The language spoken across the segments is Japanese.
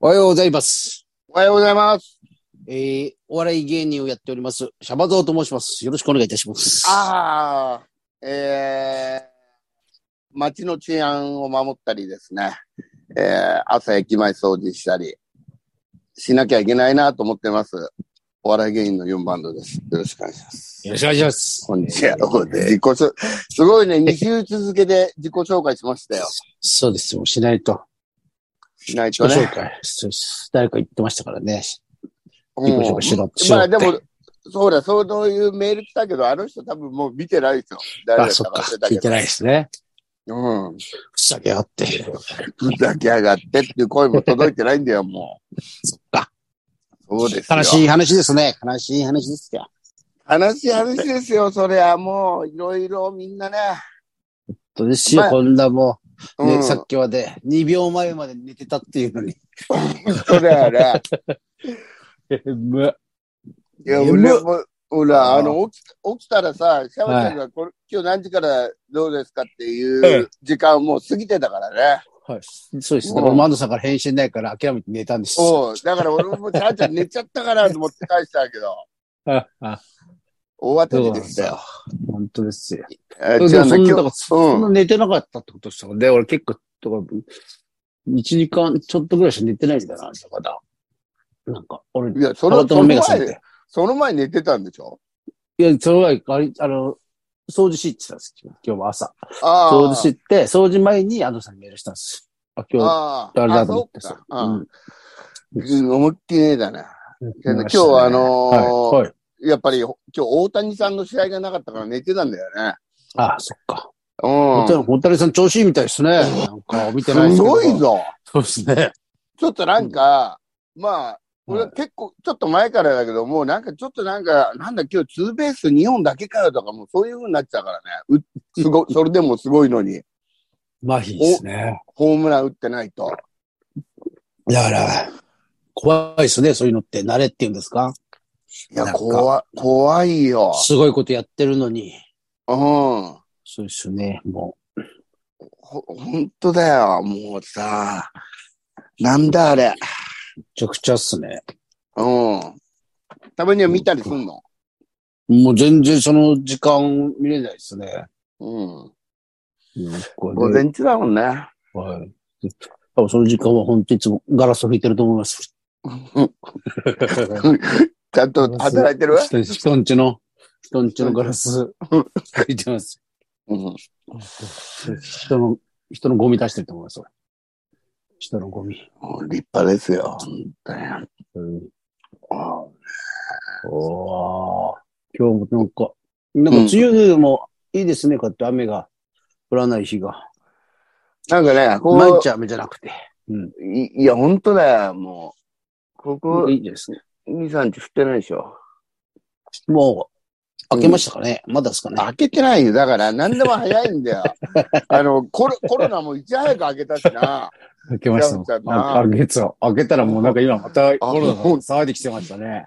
おはようございます。おはようございます。えー、お笑い芸人をやっております、シャバゾウと申します。よろしくお願いいたします。ああ、えー、街の治安を守ったりですね、えー、朝駅前掃除したりしなきゃいけないなと思ってます。お笑い芸人の4バンドです。よろしくお願いします。よろしくお願いします。こんにちは。自己紹介すごいね、2週続けて自己紹介しましたよ。そうですよ。しないと。しないと自己ね紹。介。そうです誰か言ってましたからね。う自己紹ん介しろって。まあでしろっも、そうだ、そういうメール来たけど、あの人多分もう見てないですよ。て誰あ、だそっかか忘れ。た聞けいてど。ないですね。うん。ふざけやがって。ふざけやがってっていう声も届いてないんだよ、も そっか。う。そうですよ。悲しい話ですね。悲しい話ですよ。悲しい話ですよ、そりゃ。もう、いろいろみんなね。どうですよ、まあこんなもう、ねうん、さっきまで、2秒前まで寝てたっていうの に。そり ゃね。いや、眠っ俺も、ほら、あーあの、起き起きたらさ、シャワちゃんがこれ、今日何時からどうですかっていう時間をもう過ぎてたからね。はい。そうです。だから、マンドさんから返信ないから諦めて寝たんです。おうだから俺もシャワちゃん寝ちゃったからと思って返したけど、ああ大そ当うたなりんででしたすよよ。。本当ですよ。えでもー違うそんな、だんだ今から日そんなうん寝てなかったってことですよね。俺結構、とか、一時間ちょっとぐらいしか寝てないんだな、まだ。なんか、俺、いや、そたのまたそまの目が覚め前て、。その前寝てたんでしょいや、その前、あれあの、掃除しってたんです今日も朝。ああ。掃除しって、掃除前に安藤さんにメールしたんです。あ、今日、あああれだと思ってあさ。そううんうん、思いっきりねえだな。寝ました今ね日はあのーはい、はい。やっぱり、今日大谷さんの試合がなかったから寝てたんだよね。あ、そっか。うん。本谷さん調子いいみたいですね。なんか、見てないですけどごい。ぞ。そうですね。ちょっとなんか、まあ、俺結構、ちょっと前からだけど、もうなんかちょっとなんか、なんだ今日ツーベース2本だけかよとか、もうそういう風になってたからね。うす ごい、それでもすごいのに、麻痺ですね。ホームラン打ってないと。だから、怖いですね、そういうのって。慣れって言うんですかいやな、んか怖い、怖いよ。すごいことやってるのに。うん。ほ、そうですよね、もほんとだよ。もうさ、なんだあれ。う。めちゃくちゃっすね。うん。たまには見たりすんのもう全然その時間見れないですね。うん。午午前中だもんね。はい。多分その時間は本当いつもガラスを拭いてると思います。ちゃんと働いてる人人んちの、人んちのガラス拭いてます。うん。人の、人のゴミ出してると思います、俺人のゴミ。立派ですよ。本当にうん、あおー今日もなんか、なんか梅雨でもいいですね、こうやって雨が降らない日が。なんかね、こ毎う日雨じゃなくて。い、いや、本当だよ、もう。ここいいですね。 2、3日降ってないでしょ。もう、開けましたかね、まだですかね開けてないよ。だから、何でも早いん だよ。あの、コロコロナもいち早く開けたしな。開け開けちゃったなあ開けた。開けたらもうなんか今またコロナが騒いできてましたね。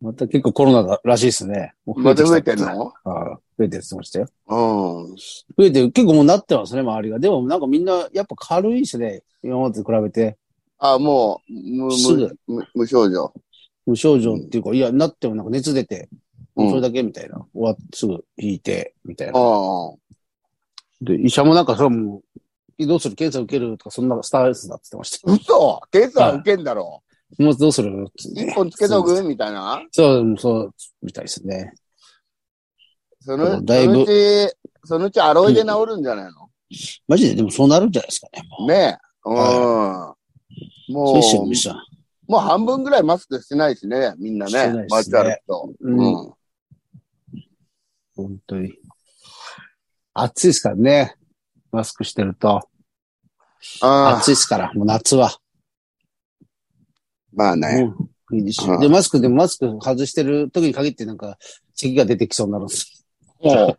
また結構コロナだらしいですね。もうまたき増えてんのあ増えてるって言ってましたよ。う増ん。えてる。結構もうなってますね、周りが。でもなんかみんなやっぱ軽いですね。今までと比べて。あ、もう、むすむぐむ無症状。無症状っていうか、いや、なってもなんか熱出て、うんそれだけみたいな。終わっすぐ引いて、みたいな。ああ。で、医者もなんかそれはもう、移動する、検査受けるとか、そんなスタンスだって言ってました。嘘検査受けんだろ。もうどうするつって一本つけとくみたいな。そう、そう、みたいですね。そそのうだいぶそのうち、そのうちアロイで治るんじゃないの、マジで、でもそうなるんじゃないですかね。もうねえ。うん。そうもしてるうミ、シャン。もう半分ぐらいマスクしてないしね、みんなしてねないっすね。街歩くと。うんうん。本当に。暑いですからね。マスクしてると。ああ、暑いですから、もう夏は。まあね。もういいでしうょ。んで、マスクでもマスク外してる時に限ってなんか、咳が出てきそうになるんです。も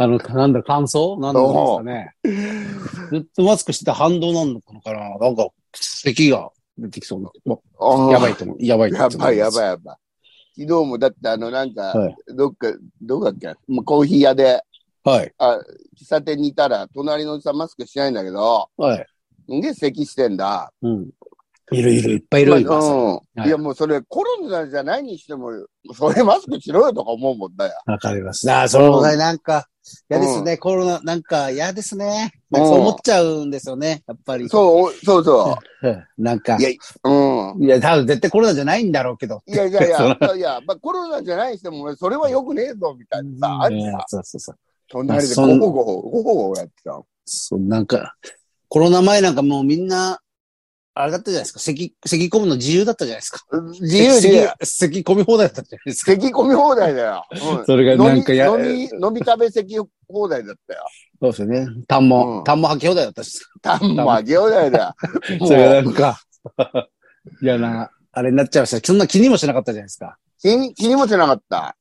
あの、なんだ、乾燥なんだろうですかね。ずっとマスクしてた反動なんのかななんか、咳が出てきそうな。う、やばい。いと思う。やばいやばい、やばい。い、やばい。昨日もだってあの、なんかはい、どっか、どこだっけもうコーヒー屋で、はい。喫茶店にいたら、隣のおじさんマスクしないんだけど、はい。んで咳してんだ。うん。いるいる、いっぱいいる、ま今。そあうん。はいいや、もうそれコロナじゃないにしても、それマスクしろよとか思うもんだよ。うわかります。ああ、それもね、なんか、嫌ですね。コロナ、なんか嫌ですね。なんかそう思っちゃうんですよね、やっぱり。そう、おそうそうん。なんか。いや う。うん。いや、多分絶対コロナじゃないんだろうけど。いやいやいそやの、いやいや、まあ、コロナじゃないにしても、それは良くねえぞ、みたいなさ、あるうんさ、そうそうそう。隣でそゴんホゴホ、ゴホゴホやってたの。そう、なんか、コロナ前なんかもうみんな、あれだったじゃないですか。咳、咳込むの自由だったじゃないですか。自由咳で、、咳込み放題だったじゃないですか。咳込み放題だよ。うんそれが なんかや、飲み、飲み、飲み食べ席放題 だったよ。そうですよね。痰も、うん痰も吐き放題だったし。タンもあげ放題だよ。もそれがうなんか、嫌な、あれになっちゃいました。そんな気にもしなかったじゃないですか。気に、気にもしなかった。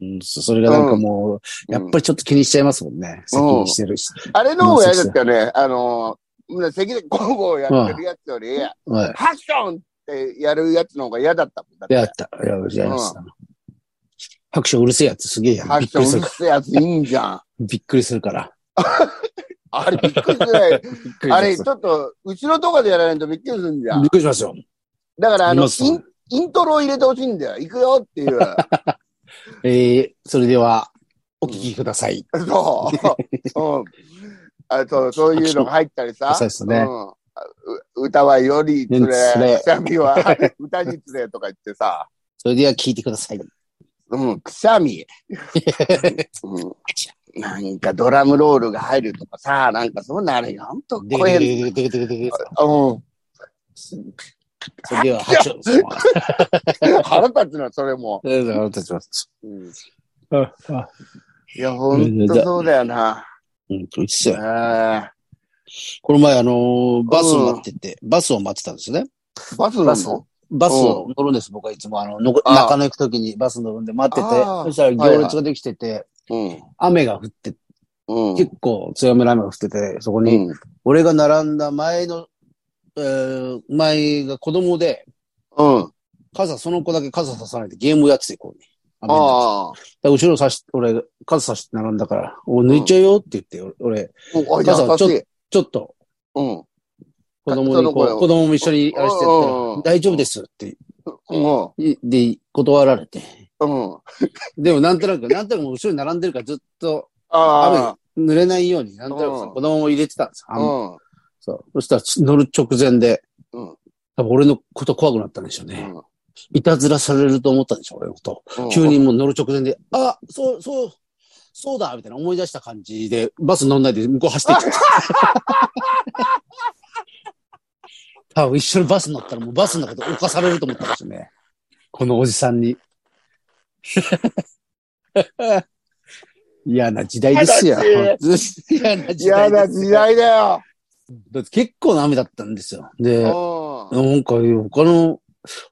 うん、そそれがなんかもう、うんやっぱりちょっと気にしちゃいますもんね。咳にしてるし。あれの方が嫌だったよね。あの、席でゴホゴホやってるやつより、はい。ハクションってやるやつの方が嫌だったもんだってやった。ややりました。拍手うるせえやつすげえやんハクびっシくョりすンうるるかせえやついいんじゃん。ら。びっくりするから。あれびっくりするよねびっくりあれ、しまちすょっと、後ろとかでやらないとびっくりするんじゃびんっ。くりしますよ。だから、あ見の、ますインイントロを入れてほしいんだよ。行くよって いう。えー、それでは、お聞きください。そう。うん。あそう、そういうのが入ったりさ。そうですねん。う歌はよりつうんつれれ、くしゃみは歌につれとか言ってさ。それでは聞いてください。うん、くしゃみ。うんなんかドラムロールが入るとかさ、なんかそうなるよ。ほんとで声、ででででででうん。それでは、拍手。腹立つな、それも。それでは、立ちます。うんあ、いや、ほんとそうだよな。うん、と、一緒やあこの前、あのーバスを待ってて、バスを待ってたんですね。ーバスなのバスを。バスを乗るんです、僕はいつも。あの、のこああ中野行くときにバス乗るんで待ってて、ああそしたら行列ができてて、うん。雨が降って、うん。結構強めの雨が降ってて、そこに、うん俺が並んだ前の、えー前が子供で、うん。傘、その子だけ傘ささないでゲームやってて、こうね。雨の中ああ。だから後ろさし、俺、傘さして並んだから、お、抜いちゃうよって言って、俺俺、おあ、母さん優しい。ちょっと、うん。子供そにのこ子う、子供も一緒にあれしてやったらうん大丈夫ですって、うん。いで、断られて。うん。でもなんとなく、なんとなくもう後ろに並んでるからずっとああ。濡れないように、なんとなくさうん子供も入れてたんですよ。あんうん。そう。そしたら乗る直前で、うん多分俺のこと怖くなったんでしょうね。いたずらされると思ったんでしょう、俺のこと。うん急。にもう乗る直前で、あ、そう、そう、そうだみたいな思い出した感じで、バス乗んないで向こう走っていっちゃ った。多分一緒にバス乗ったらもうバスの中で犯されると思ったんですよね。このおじさんに。 嫌な時代ですよ。嫌嫌な時代嫌なです時代だよ。だって結構な雨だったんですよ。で、うん。なんか、他の、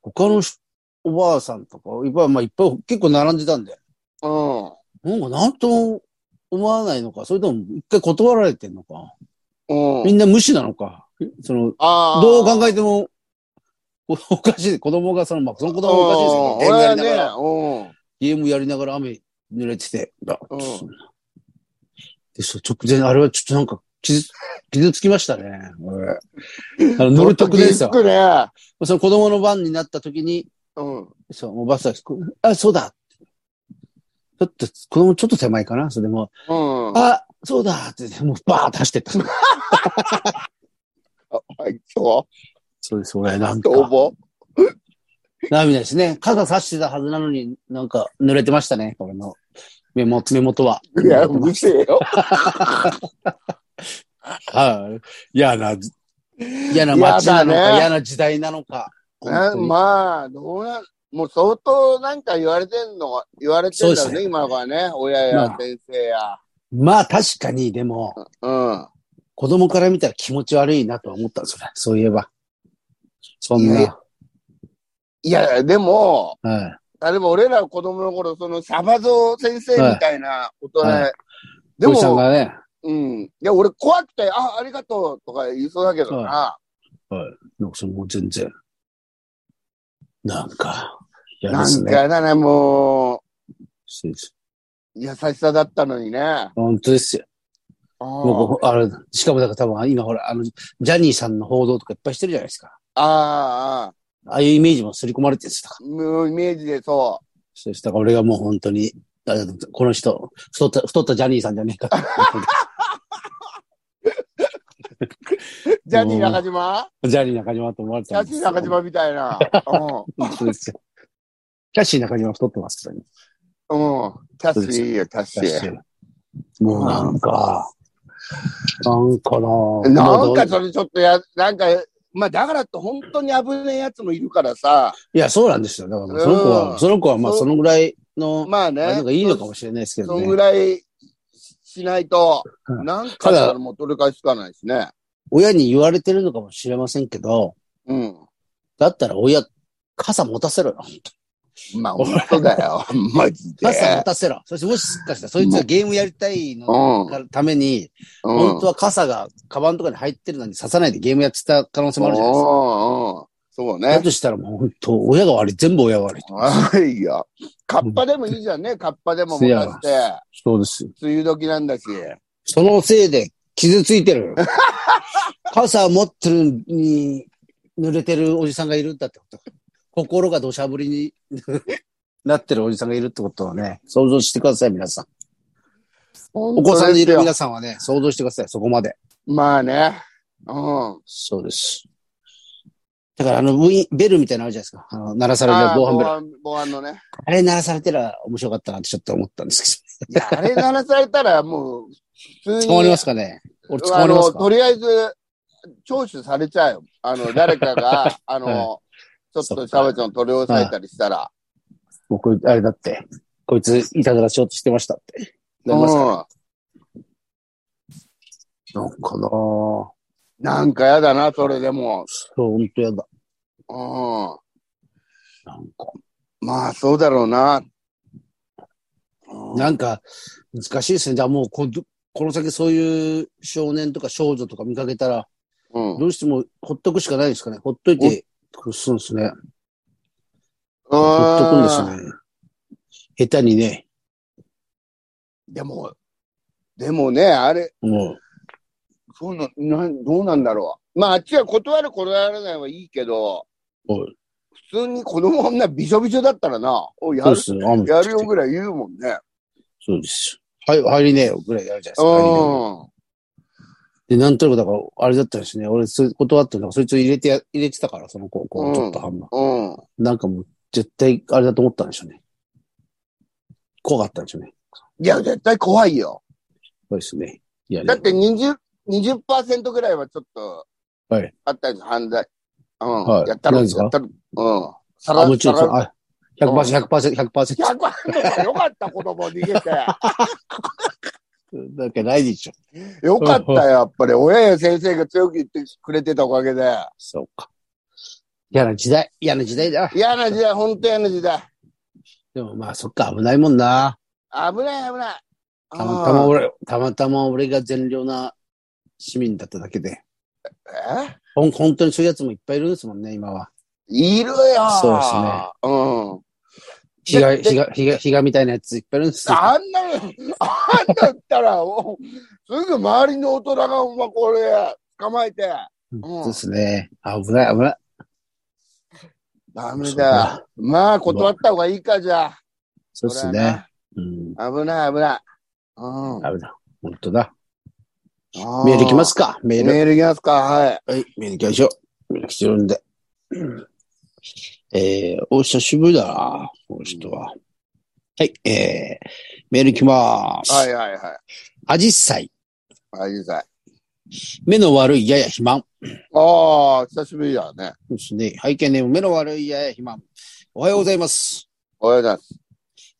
他のしおばあさんとか、いっぱい、まあ、いっぱい結構並んでたんで、うん。なんか、なんとも思わないのか、それとも一回断られてんのか、うみん。んな無視なのか、その、ああ。どう考えても、おおかしい、子供がその、まあ、その子供もおかしいですもけど、ゲームやりながら、俺はね、ゲームやりながら雨濡れてて、あうんそんなで、そう、直前、あれはちょっとなんか、傷つ、傷つきましたね。俺あのうん。乗る直前ですちょよっ。と気づその子供の番になった時に、くね。うん。そう、もうバスは、こあ、そうだ。ちょっと、子供ちょっと手前かなそれでも、うん。あ、そうだって、もうバーッと走ってった。はい、今そうです、俺、なん日、か、どうも。 涙ですね。傘差してたはずなのに、なんか、濡れてましたね、これの。目元、目元は。いや、うるせえよ。はい。嫌な、嫌な街なのか、嫌だね嫌な時代なのか。 本な当にまあ、どうな、もう相当なんか言われてんの、言われてんそだうでろうすね、ね今の子はね。親まやあ先生や。まあ、確かに、でも、うん。子供から見たら気持ち悪いなとは思ったんですよね。そういえば。そんいやな。いや、でも、はい。例えば俺ら子供の頃、そのシャバゾウ先生みたいな大人、はいでおじさんも、がね、うん。いや、俺怖くて、あ、ありがとうとか言いそうだけどな。なんかそのもう全然。なんか、嫌でなすんね。かだね、もそうですう、優しさだったのにね。本当ですよ。うんもうあれ、しかもだから多分今ほら、あの、ジャニーさんの報道とかいっぱいしてるじゃないですか。ああ、ああああいうイメージも刷り込まれてるんですだから。もうイメージでそそうしたから俺がもう本当に、ありがとうございますこの人、太った、太ったジャニーさんじゃねえかって。う。ジャニー中島 ジャニー中島と思われてジたャんでニすーよ中島みたいな。う本当ですよ。キャッシー中島太ってますからね。ん。うん。キャッシーいいよ、キャッシキャッシー。ー。もうなんか、なんかななんかもうそれちょっとや、なんか、まあだからって本当に危ねえやつもいるからさ、いや、そうなんですよ。だからその子うは、んその子はまあそうそのぐらいの、まあね。あれのがいいのかもしれないですけそどんぐね。らいししないと、うんなんかしたらもう取り返しつかないしね。親に言われてるのかもしれませんけど、うん。だったら親、傘持たせろよ。まあ、本当だ よ。マジで。傘持たせろ。そしてもしかしたら、そいつがゲームやりたいのうん。がために、うん本当は傘が、カバンとかに入ってるのに刺さないでゲームやってた可能性もあるじゃないですか。うんうんそうだね。としたらもう本当、親が悪い。全部親が悪い。はいよ。カッパでもいいじゃんね。カッパでも持たして。そうですよ。梅雨時なんだし。そのせいで傷ついてる。 傘持ってるのに濡れてるおじさんがいるんだってこと。心が土砂降りになってるおじさんがいるってことをね、想像してください、皆さん。おお子さんいる皆さんはね、想像してください、そこまで。まあね。うん。そうです。だからあの、ブインベルみたいなのあるじゃないですか。あの、鳴らされるあー防犯防ベル。犯、防犯のね。あれ鳴らされたら面白かったなってちょっと思ったんですいや、あれ鳴らされたらもう、けど。普通捕まりにま、すかね俺捕あまりますの、かとりあえず、聴取されちゃうよ。あの、誰かが、あの、ちょっとシャバちゃん取り押さえたりしたら。もうこいあれだって、こいついたずらしようとしてましたって。なりますかうん。なんかなぁ。そなんかやだな、それでも。う、ほんとやだ。うん。なんか、まあ、そうだろうな。なんか、難しいですね。じゃあもうこ、この先そういう少年とか少女とか見かけたら、うん。どうしてもほっとくしかないですかね。ほっといて、こうするんですね。ほっとくんですね。下手にね、でも、でもね、あれ、もう、そうな、なん、どうなんだろう。まあ、あっちは断る断らないはいいけど、おい普通に子供がんなびしょびしょだったらな、おいやそうるで、すよ。雨やるよぐらい言うもんね。そうですよ。はい、入りねえよぐらいやるじゃないですか入りねえよ。うで、なんとなくだから、あれだったんですね。俺、そう断ってなんかそいつを入れてや、入れてたから、その子、こうんう、ちょっと半分。ん。うん。なんかもう、絶対、あれだと思ったんでしょうね。怖かったんでしょうね。いや、絶対怖いよ。そうですね。いや、だって20、20%ぐらいはちょっと、はい。あったじゃん、犯罪。うん。はいやった何ろ、やですかったろ。うん。さあ、らもちろん、さらあ、100%、100%、100%。 100万円よかった、子供逃げて。だけないでしょ。よかったよ、やっぱり。親や先生が強く言ってくれてたおかげで。そうか。嫌な時代、嫌な時代だ。嫌な時代、本当嫌な時代。でもまあ、そっか、危ないもんな。危ない、危ない。たまたあまー俺、たまたま俺が善良な市民だっただけで。えほん、本当にそういうやつもいっぱいいるんですもんね、今は。いるよ。そうですね。うん。被害、でで被害、被害、被害みたいなやついっぱいいるんですよ。あんなの、あんなったら、おすぐ周りの大人が、お前これ、捕まえて。そうですね。危ない、危ない。ダメそうだ。かまあ、断った方がいいか、じゃあ。そうですね。うん。それはな。危ない、危ない。うん。危ない。本当だ。あメールいきますか、メール。メールいきますか、はい。はい、メール行きましょう。メール来てるんで。えー、お久しぶりだな、この人は。はい、えー、メール行きます。はい、はい、はい。アジサイ、あ、いいさい。目の悪いやや肥満。ああ、久しぶりだね。そうですね。背景ネーム、目の悪いやや肥満。おはようございます。おはようございます。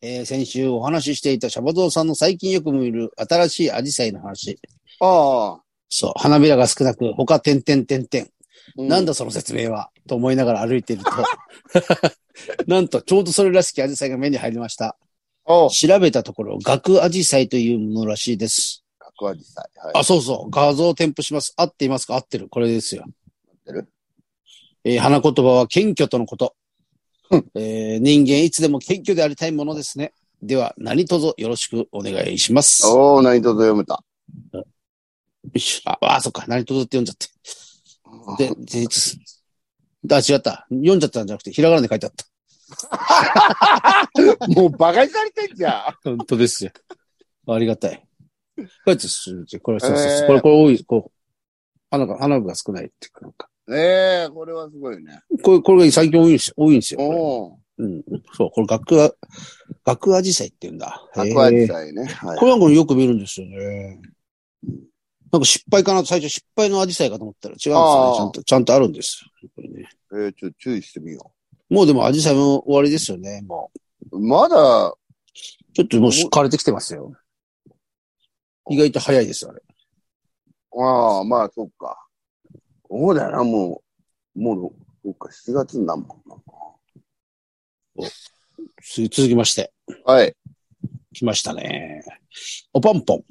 えー、先週お話ししていたシャバゾウさんの最近よく見る新しいアジサイの話。ああ、そう、花びらが少なく、他点々点々。うなんだその説明は、と思いながら歩いていると。 なんと、ちょうどそれらしきアジサイが目に入りました。おう、調べたところ、額アジサイというものらしいです。かっこいいさい。はい。あ、そうそう。画像を添付します。合っていますか合ってる。これですよ。ってるえー花言葉は謙虚とのこと。えー人間いつでも謙虚でありたいものですね。では、何卒よろしくお願いします。よおお、何とぞ読めた。いしょあ、あ、そっか。何卒って読んじゃって。で、であ、違った。読んじゃったんじゃなくて、ひらがなで書いてあった。 もう馬鹿にされてんじゃ本ん。当ですよ。ありがたい。こうやってするこれ、そうそうえそーう。これ、これ多い、こう。花が、花が少ないっていうか、なんか。ねえ、これはすごいね。これ、これが最近多いんですよ。多いんですよ。これおお。うん。そう、これ、学ア、学アジサイって言うんだ。アクへアジーサイね。はいこれなんかよく見るんですよね。なんか失敗かな最初失敗のアジサイかと思ったら違うんですよね。あーちゃんと、ちゃんとあるんですよこれねえー、ちょっと注意してみよもうでもアジサイも終わりですよね。もう。まだ、う。ちょっともう枯れてきてますよ。意外と早いですよ、あれ。ああ、まあ、そっか。そうだよな、もう、もう、そっか、7月になるもんつ続きまして。な。はい。来ましたね。おパンポン。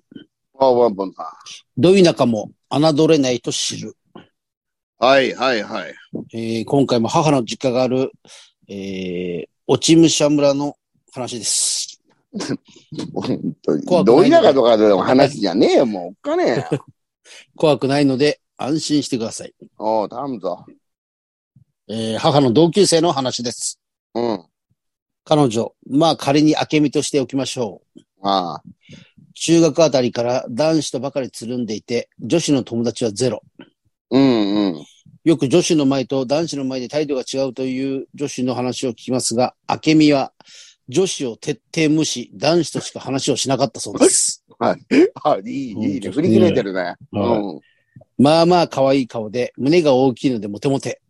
ああ、ワンポンさど田舎も侮れないと知る。ん。はい、はい、はい。えー今回も母の実家がある、えー、落武者村の話です。本当に。怖くどないいなかとかの話じゃねえよ、もう。おっかねえよ。怖くないので安心してください。おう、頼むぞ。えー母の同級生の話です。うん。彼女、まあ仮に明美としておきましょう。ああ。中学あたりから男子とばかりつるんでいて、女子の友達はゼロ。うん、うん。よく女子の前と男子の前で態度が違うという女子の話を聞きますが、明美は女子を徹底無視、男子としか話をしなかったそうです。あ、いい、いいね。うん振り切れてるね。うはいん。まあまあ可愛い顔で、胸が大きいのでモテモテ。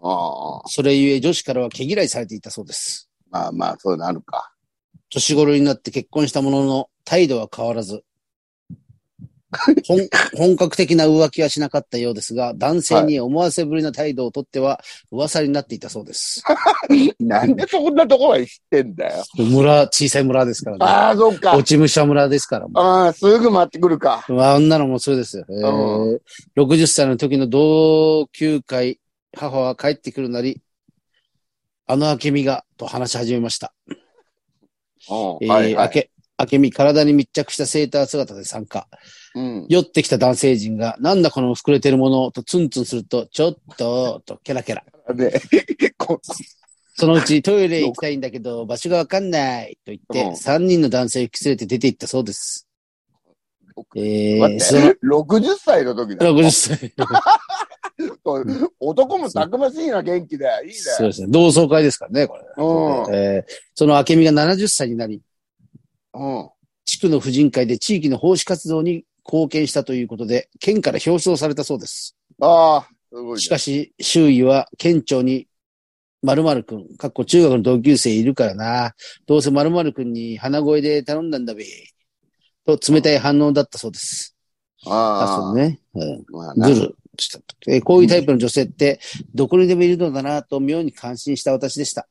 ああ。それゆえ女子からは毛嫌いされていたそうです。まあまあ、そうなるか。年頃になって結婚したものの、態度は変わらず、本本格的な浮気はしなかったようですが、男性に思わせぶりな態度をとっては噂になっていたそうです。なんでそんなとこは知ってんだよ。村、小さい村ですからね。ああ、そっか落。ち武者村ですからもああ、すぐ待ってくるか。う。あんなのもそうですよ。えー60歳の時の同級会、母は帰ってくるなり、あの明美が、と話し始めました。うんえーはい、は明い。け明美、体に密着したセーター姿で参加。うん。酔ってきた男性陣が、なんだこの膨れてるものとツンツンすると、ちょっと、とケラケラ。ね、こそのう ちトイレ行きたいんだけど、場所がわかんないと言って、うん3人の男性を引き連れて出て行ったそうです。え待ー、っその、て、60歳の時だよ。 60歳。男もたくましいな、元気で。いいね。そうですね。同窓会ですからね、これ。うえーその明美が70歳になり、ん。うん。地区の婦人会で地域の奉仕活動に貢献したということで、県から表彰されたそうです。ああ、すごい、ね。しかし、周囲は県庁に、〇〇くん、かっこ中学の同級生いるからな。どうせ〇〇くんに鼻声で頼んだんだべ。と、冷たい反応だったそうです。あ、あそあ、うね。うんまあなずる。したとえーこういうタイプの女性って、どこにでもいるのだなと妙に感心した私でした、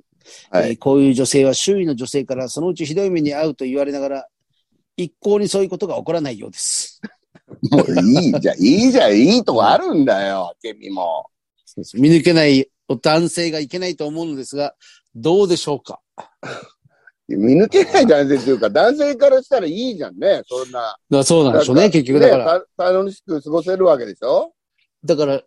はいえーこういう女性は周囲の女性からそのうちひどい目に遭うと言われながら、一向にそういうことが起こらないようです。もういいじゃん、いいじゃん、いいとこあるんだよ、ケミも。見抜けない男性がいけないと思うのですが、どうでしょうか見抜けない男性というか、男性からしたらいいじゃんね、そんな。だからそうなんでしょうね、結局だから。ねた楽しく過ごせるわけで しょだから、い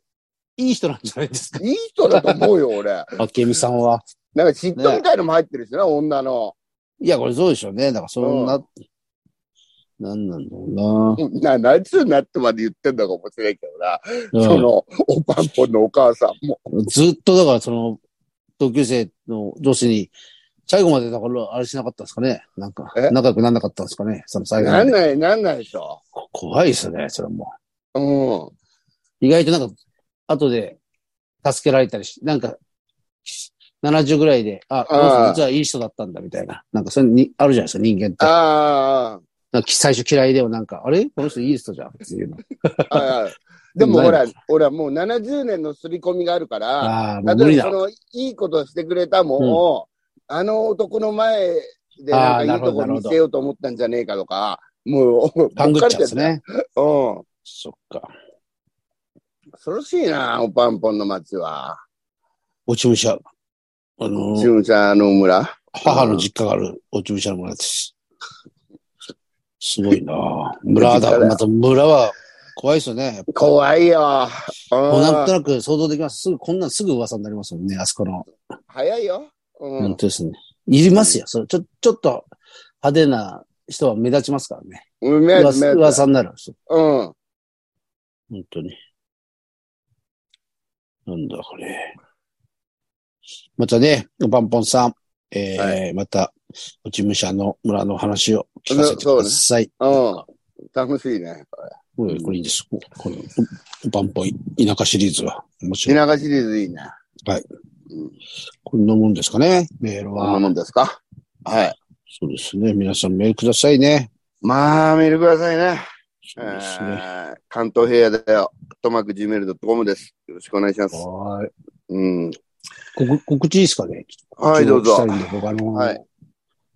い人なんじゃないです か。いい人だと思うよ、俺。あけみさんは。なんか嫉妬みたいのも入ってるしな、女の。いや、これそうでしょうね。だから、そんな、なんなんだろな、何つうなってまで言ってんだかもしれんけどな。うなそ。の、おパンポンのお母さんも。うんずっと、だから、その、同級生の上司に、最後まで、だから、あれしなかったんですかね。なんかえ、仲良くなんなかったんですかね。その最後なまんで。ない、なんないでしょ。こ怖いですね、それも。うん。意外となんか、後で、助けられたりし、なんか、70ぐらいで、あ、この人実はいい人だったんだ、みたいな。なんか、それに、あるじゃないですか、人間って。あなんか最初嫌いでもなんか、あれこの人いい人じゃんっていうの。あ ああ、でもほなら、俺はもう70年の刷り込みがあるから、ああー、もう無例理えばそだ。の、いいことしてくれたもんを、あの男の前でなんかいいとこ見せようと思ったんじゃねえかとか、もう、パングっちゃうんでぼっかれてすんだよ。ね。うん。そっか。恐ろしいな、おパンポンの町は。落ち武者。あのー、駐車の村。母の実家がある落ち武者の村です。すごいなぁ村だ。また村は怖いですよね。やっぱ怖いよ。もうなんうんとなく想像できます。すぐ、こんなんすぐ噂になりますもんね、あそこの。早いよ。うん本当ですね。いりますよ。それ、ちょ、ちょっと派手な人は目立ちますからね。うん。目噂目噂になる。そううん。本当に。なんだこれ。またね、パンポンさん、えーはまた、落ち武者の村の話を聞かせてください。うん。楽しいね。これこれいいです。ここの、パンポン田舎シリーズは面白い。田舎シリーズいいね。こんなもんですかね、メールこんなは。もんですかはい。そうですね。皆さんメールくださいね。まあ、見てくださいね。そうですね。えー関東平野だよ。トマーク Gmail.com です。よろしくお願いします。はい。うん。告告知いいですかねはい、どうしたぞい。んで、僕あの、はい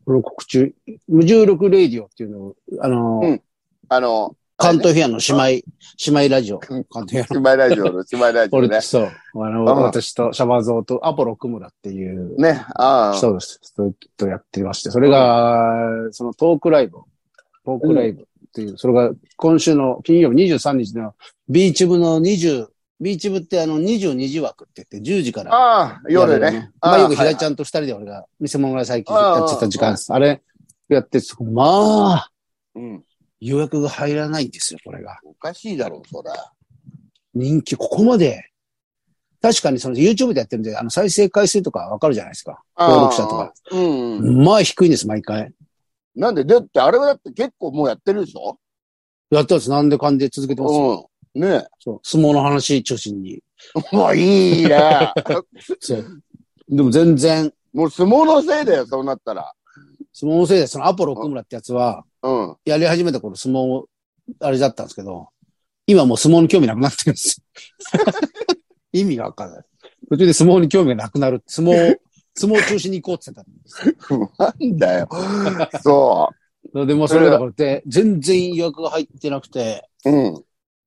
この告知、無重力レイディオっていうのを、あの、うんあの、関東平野の 姉妹、姉妹ラジオ。うん関東平野。姉妹ラジ オの姉妹ラジオ俺ねと、。そう。あの、うん私とシャバゾウとアポロクムラっていう、ね、ああ、そうです。ずっとやってまして、それが、そのトークライブ、トークライブっていう、それが今週の金曜日23日のビーチ部の20、ビーチ部ってあの22時枠って言って10時から。ああ、夜ね。まあああよくひらちゃんと二人で俺が見せ物が最近やってた時間です。あれやって、まあ、うん。予約が入らないんですよ、これが。おかしいだろう、それ。人気、ここまで。確かにその YouTube でやってるんで、あの再生回数とかわかるじゃないですか。ああ登録者とか。うん。まあ低いんです、毎回。なんで、だって、あれはだって結構もうやってるでしょやってます。なんでかんで続けてますよ。うん。ねそう。相撲の話中心に。え。もうい いね。そう。でも全然、もう相撲のせいだよ、そうなったら。相撲のせいで、そのアポロ奥村ってやつは、うん。やり始めた頃相撲、あれだったんですけど、今もう相撲に興味なくなってるんですよ。 意味がわかんない。途中で相撲に興味がなくなる。相撲、相撲中心に行こうって言ってたんですなんだよ。そよ。でもそれがだからって、全然予約が入ってなくて、う。うん。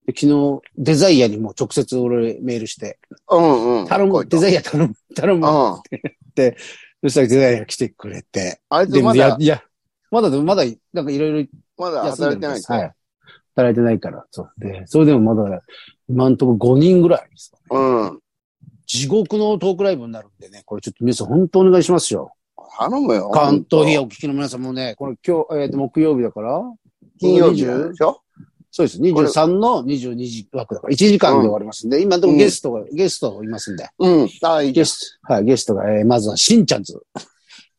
で昨日、デザイアにも直接俺メールして、うんうん。頼こむ、いデとザイア頼む、 頼む。うん。そしたらデザイア来てくれて、あいつでもまいやだ、、いや、まだでもまだ、なんかいろいろまだ休んで働いるんてないで。ですすよはい。働いてないから、そう。で、それでもまだ、今んとこ5人ぐらいですかね。うん。地獄のトークライブになるんでね、これちょっと皆さん本当お願いしますよ。頼むよ。関東日お聞きの皆さんもね、これ今日、えっ、と、木曜日だから、金曜日20でしょそうです。23の22時枠だから、1時間で終わりますんで、今んとこゲストが、ゲストいますんで、うん。ああ、いいゲスト、はい、ゲストが、えーまずはしんちゃんズ。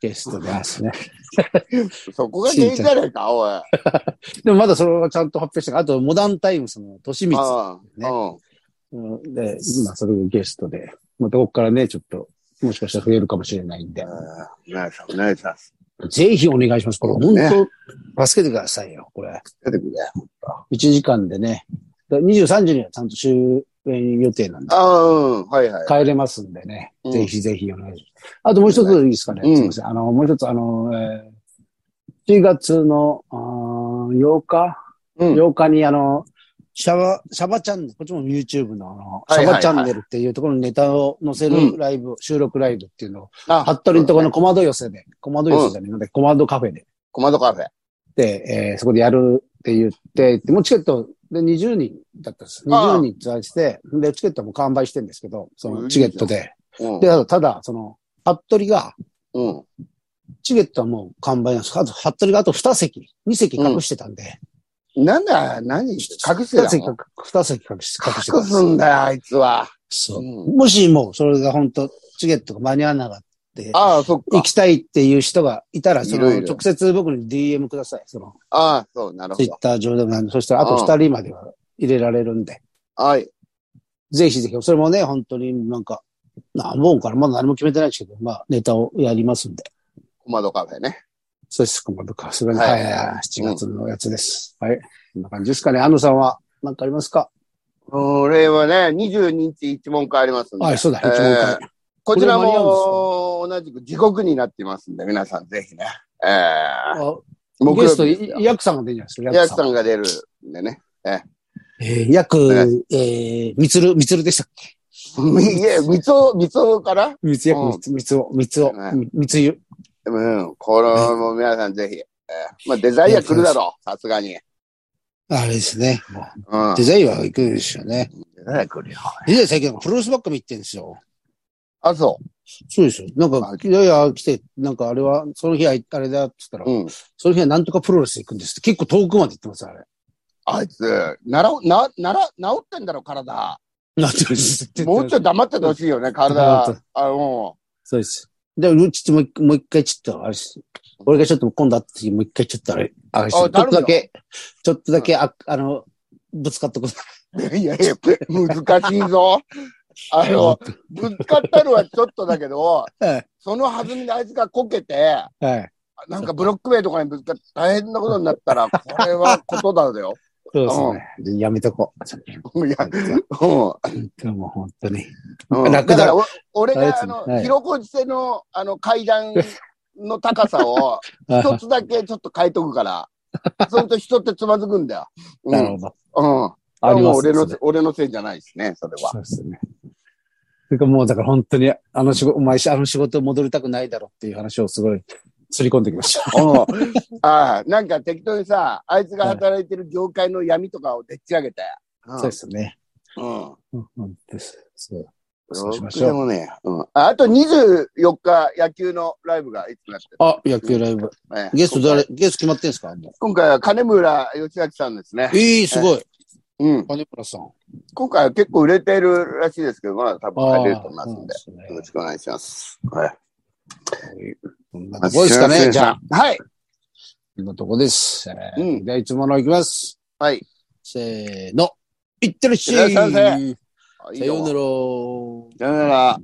ゲストです ね。そこが原因じゃねえか、おい。あでもまだそれはちゃんと発表してないあと、モダンタイムスのとしみつ。あ、ねうん。うんで、今それがゲストで、またここからね、ちょっと、もしかしたら増えるかもしれないんで、お願いします、お願いします。ぜひお願いします。これ本ね当、助けてくださいよ、これ。出てくれ。 1時間でね、だ23時にはちゃんと終演予定なんで、ああ、うん。はいはい。帰れますんでね、うんぜひぜひお願いします。あともう一ついいですかね、うんすいません。あの、もう一つ、あの、えー、7月のあー8日、うん。 8日にあの、シャバ、シャバチャンネル、こっちも YouTube のあの、はシいはいャはバいチャンネルっていうところのネタを載せうるライブ、収録ライブっていうのを、あ服部のところのコマド寄せで、コマド寄せじゃないので、コマドカフェで、コマンドカフェ。で、えーそこでやるって言って、でもうチケットで20人だったんです。ああ20人つらして、で、チケットも完売してるんですけど、そのチケットで。うんで、。あとただ、その、服部が、うん。チケットはもう完売なんです。あと、服部があと2席、2席隠してたんで。なんだ、何隠してたの2席隠二席隠し隠してたん隠ですんだよ、あいつは。す。そう。うんもしもう、それが本当チケットが間に合わなかった。ああ、そっ行か。きたいっていう人がいたら、その、いろいろ直接僕に DM ください。その、ああ、そう、なるほツイッど。ター上でもなんで、そしたらあと二人までは入れられるんで、はい。ぜひぜひ、それもね、本当になんか、何本かな、まだ何も決めてないですけど、まあ、ネタをやりますんで。コマンドカフェね。そうです、コマンドカフェ。ははいい、はい、はい、7月のやつです。はい。こんな感じですかね。安野さんは、何かありますか俺はね、22日一問会ありますんで。はい、そうだ、一えー問会。こちらこれ間に合も同じく地獄になってますんで、皆さんぜひね。えー、あ木ゲ曜スト、日ですよいヤクさんが出るんじゃないヤですクさか。んが出るんでね。えーヤク、えー、みつる、みつるでしたっけみいえ、三つお、三つおからみつ、ヤクみつ、みつお、みつおね、みみつゆ。うん。これも皆さんぜひ。えーまあデザイア来るだろう。さすがに。あれですね。うん。デザインは行くんですよね。ね、来るよ。デザイン最近なんかプロレスばっか見てんですよ。あ、そそうですよ。なんか、いやいや、来て、なんかあれは、その日はあれだって言ったう。ら、うん。その日はなんとかプロレス行くんですって。結構遠くまで行ってます、あれ。あいつ、なら、な、なら、治ってんだろ、体。なってます。もうちょっと黙っててほしいよね、黙っ体。あ、もそうです。で、うちょっともう一もう一回ちょっと、あれです。俺がちょっと今度会った時もう一回ちょっとあれ、あれです。ちょあっとだ頼け、ちょっとだけ、あ、あの、ぶつかってこなう。いやいや、難しいぞ。あの、ぶつかったのはちょっとだけどはい、その弾みであいつがこけて、い。はい。なんかブロック塀とかにぶつかって大変なことになったら、これはことだよ。そうですね。やめとこう。いや、でも本当に。うん。だ楽だから、お俺あれでが、すあねのは、い広小路線の、あの、階段の高 さを、一つだけちょっと変えとくから、 そうすると人ってつまずくんだよ。うなるん。ほど。うん。ありもまうすねそ俺のれせ、俺のせいじゃないですね、それは。そうですね。てかもうだから本当に、あの仕事、お前し、あの仕事戻りたくないだろっていう話をすごい、すり込んできました。うん。ああ、なんか適当にさ、あいつが働いてる業界の闇とかをでっち上げて。うそんうですね。うん。うん、うんです。そう。そうしどまうしでょう。もね、うん。ああと24日野球のライブがいつもやってるあ、野球ライブ。ねゲスト誰、ゲスト決まってんすかもう今回は金村義明さんですね。ええすごい。うん。金村さん。今回は結構売れてるらしいですけど、まだ多分ああ入れると思いますんで。そうよろですしくお願いします。はい。ねこんなとこですかね。じゃあ、あ。はい。こんなとこです。えーうんじゃあ、いつものいきます。はい。せーの。いってらっしゃい。 아,いってらっしゃいまさようなら。さようなら。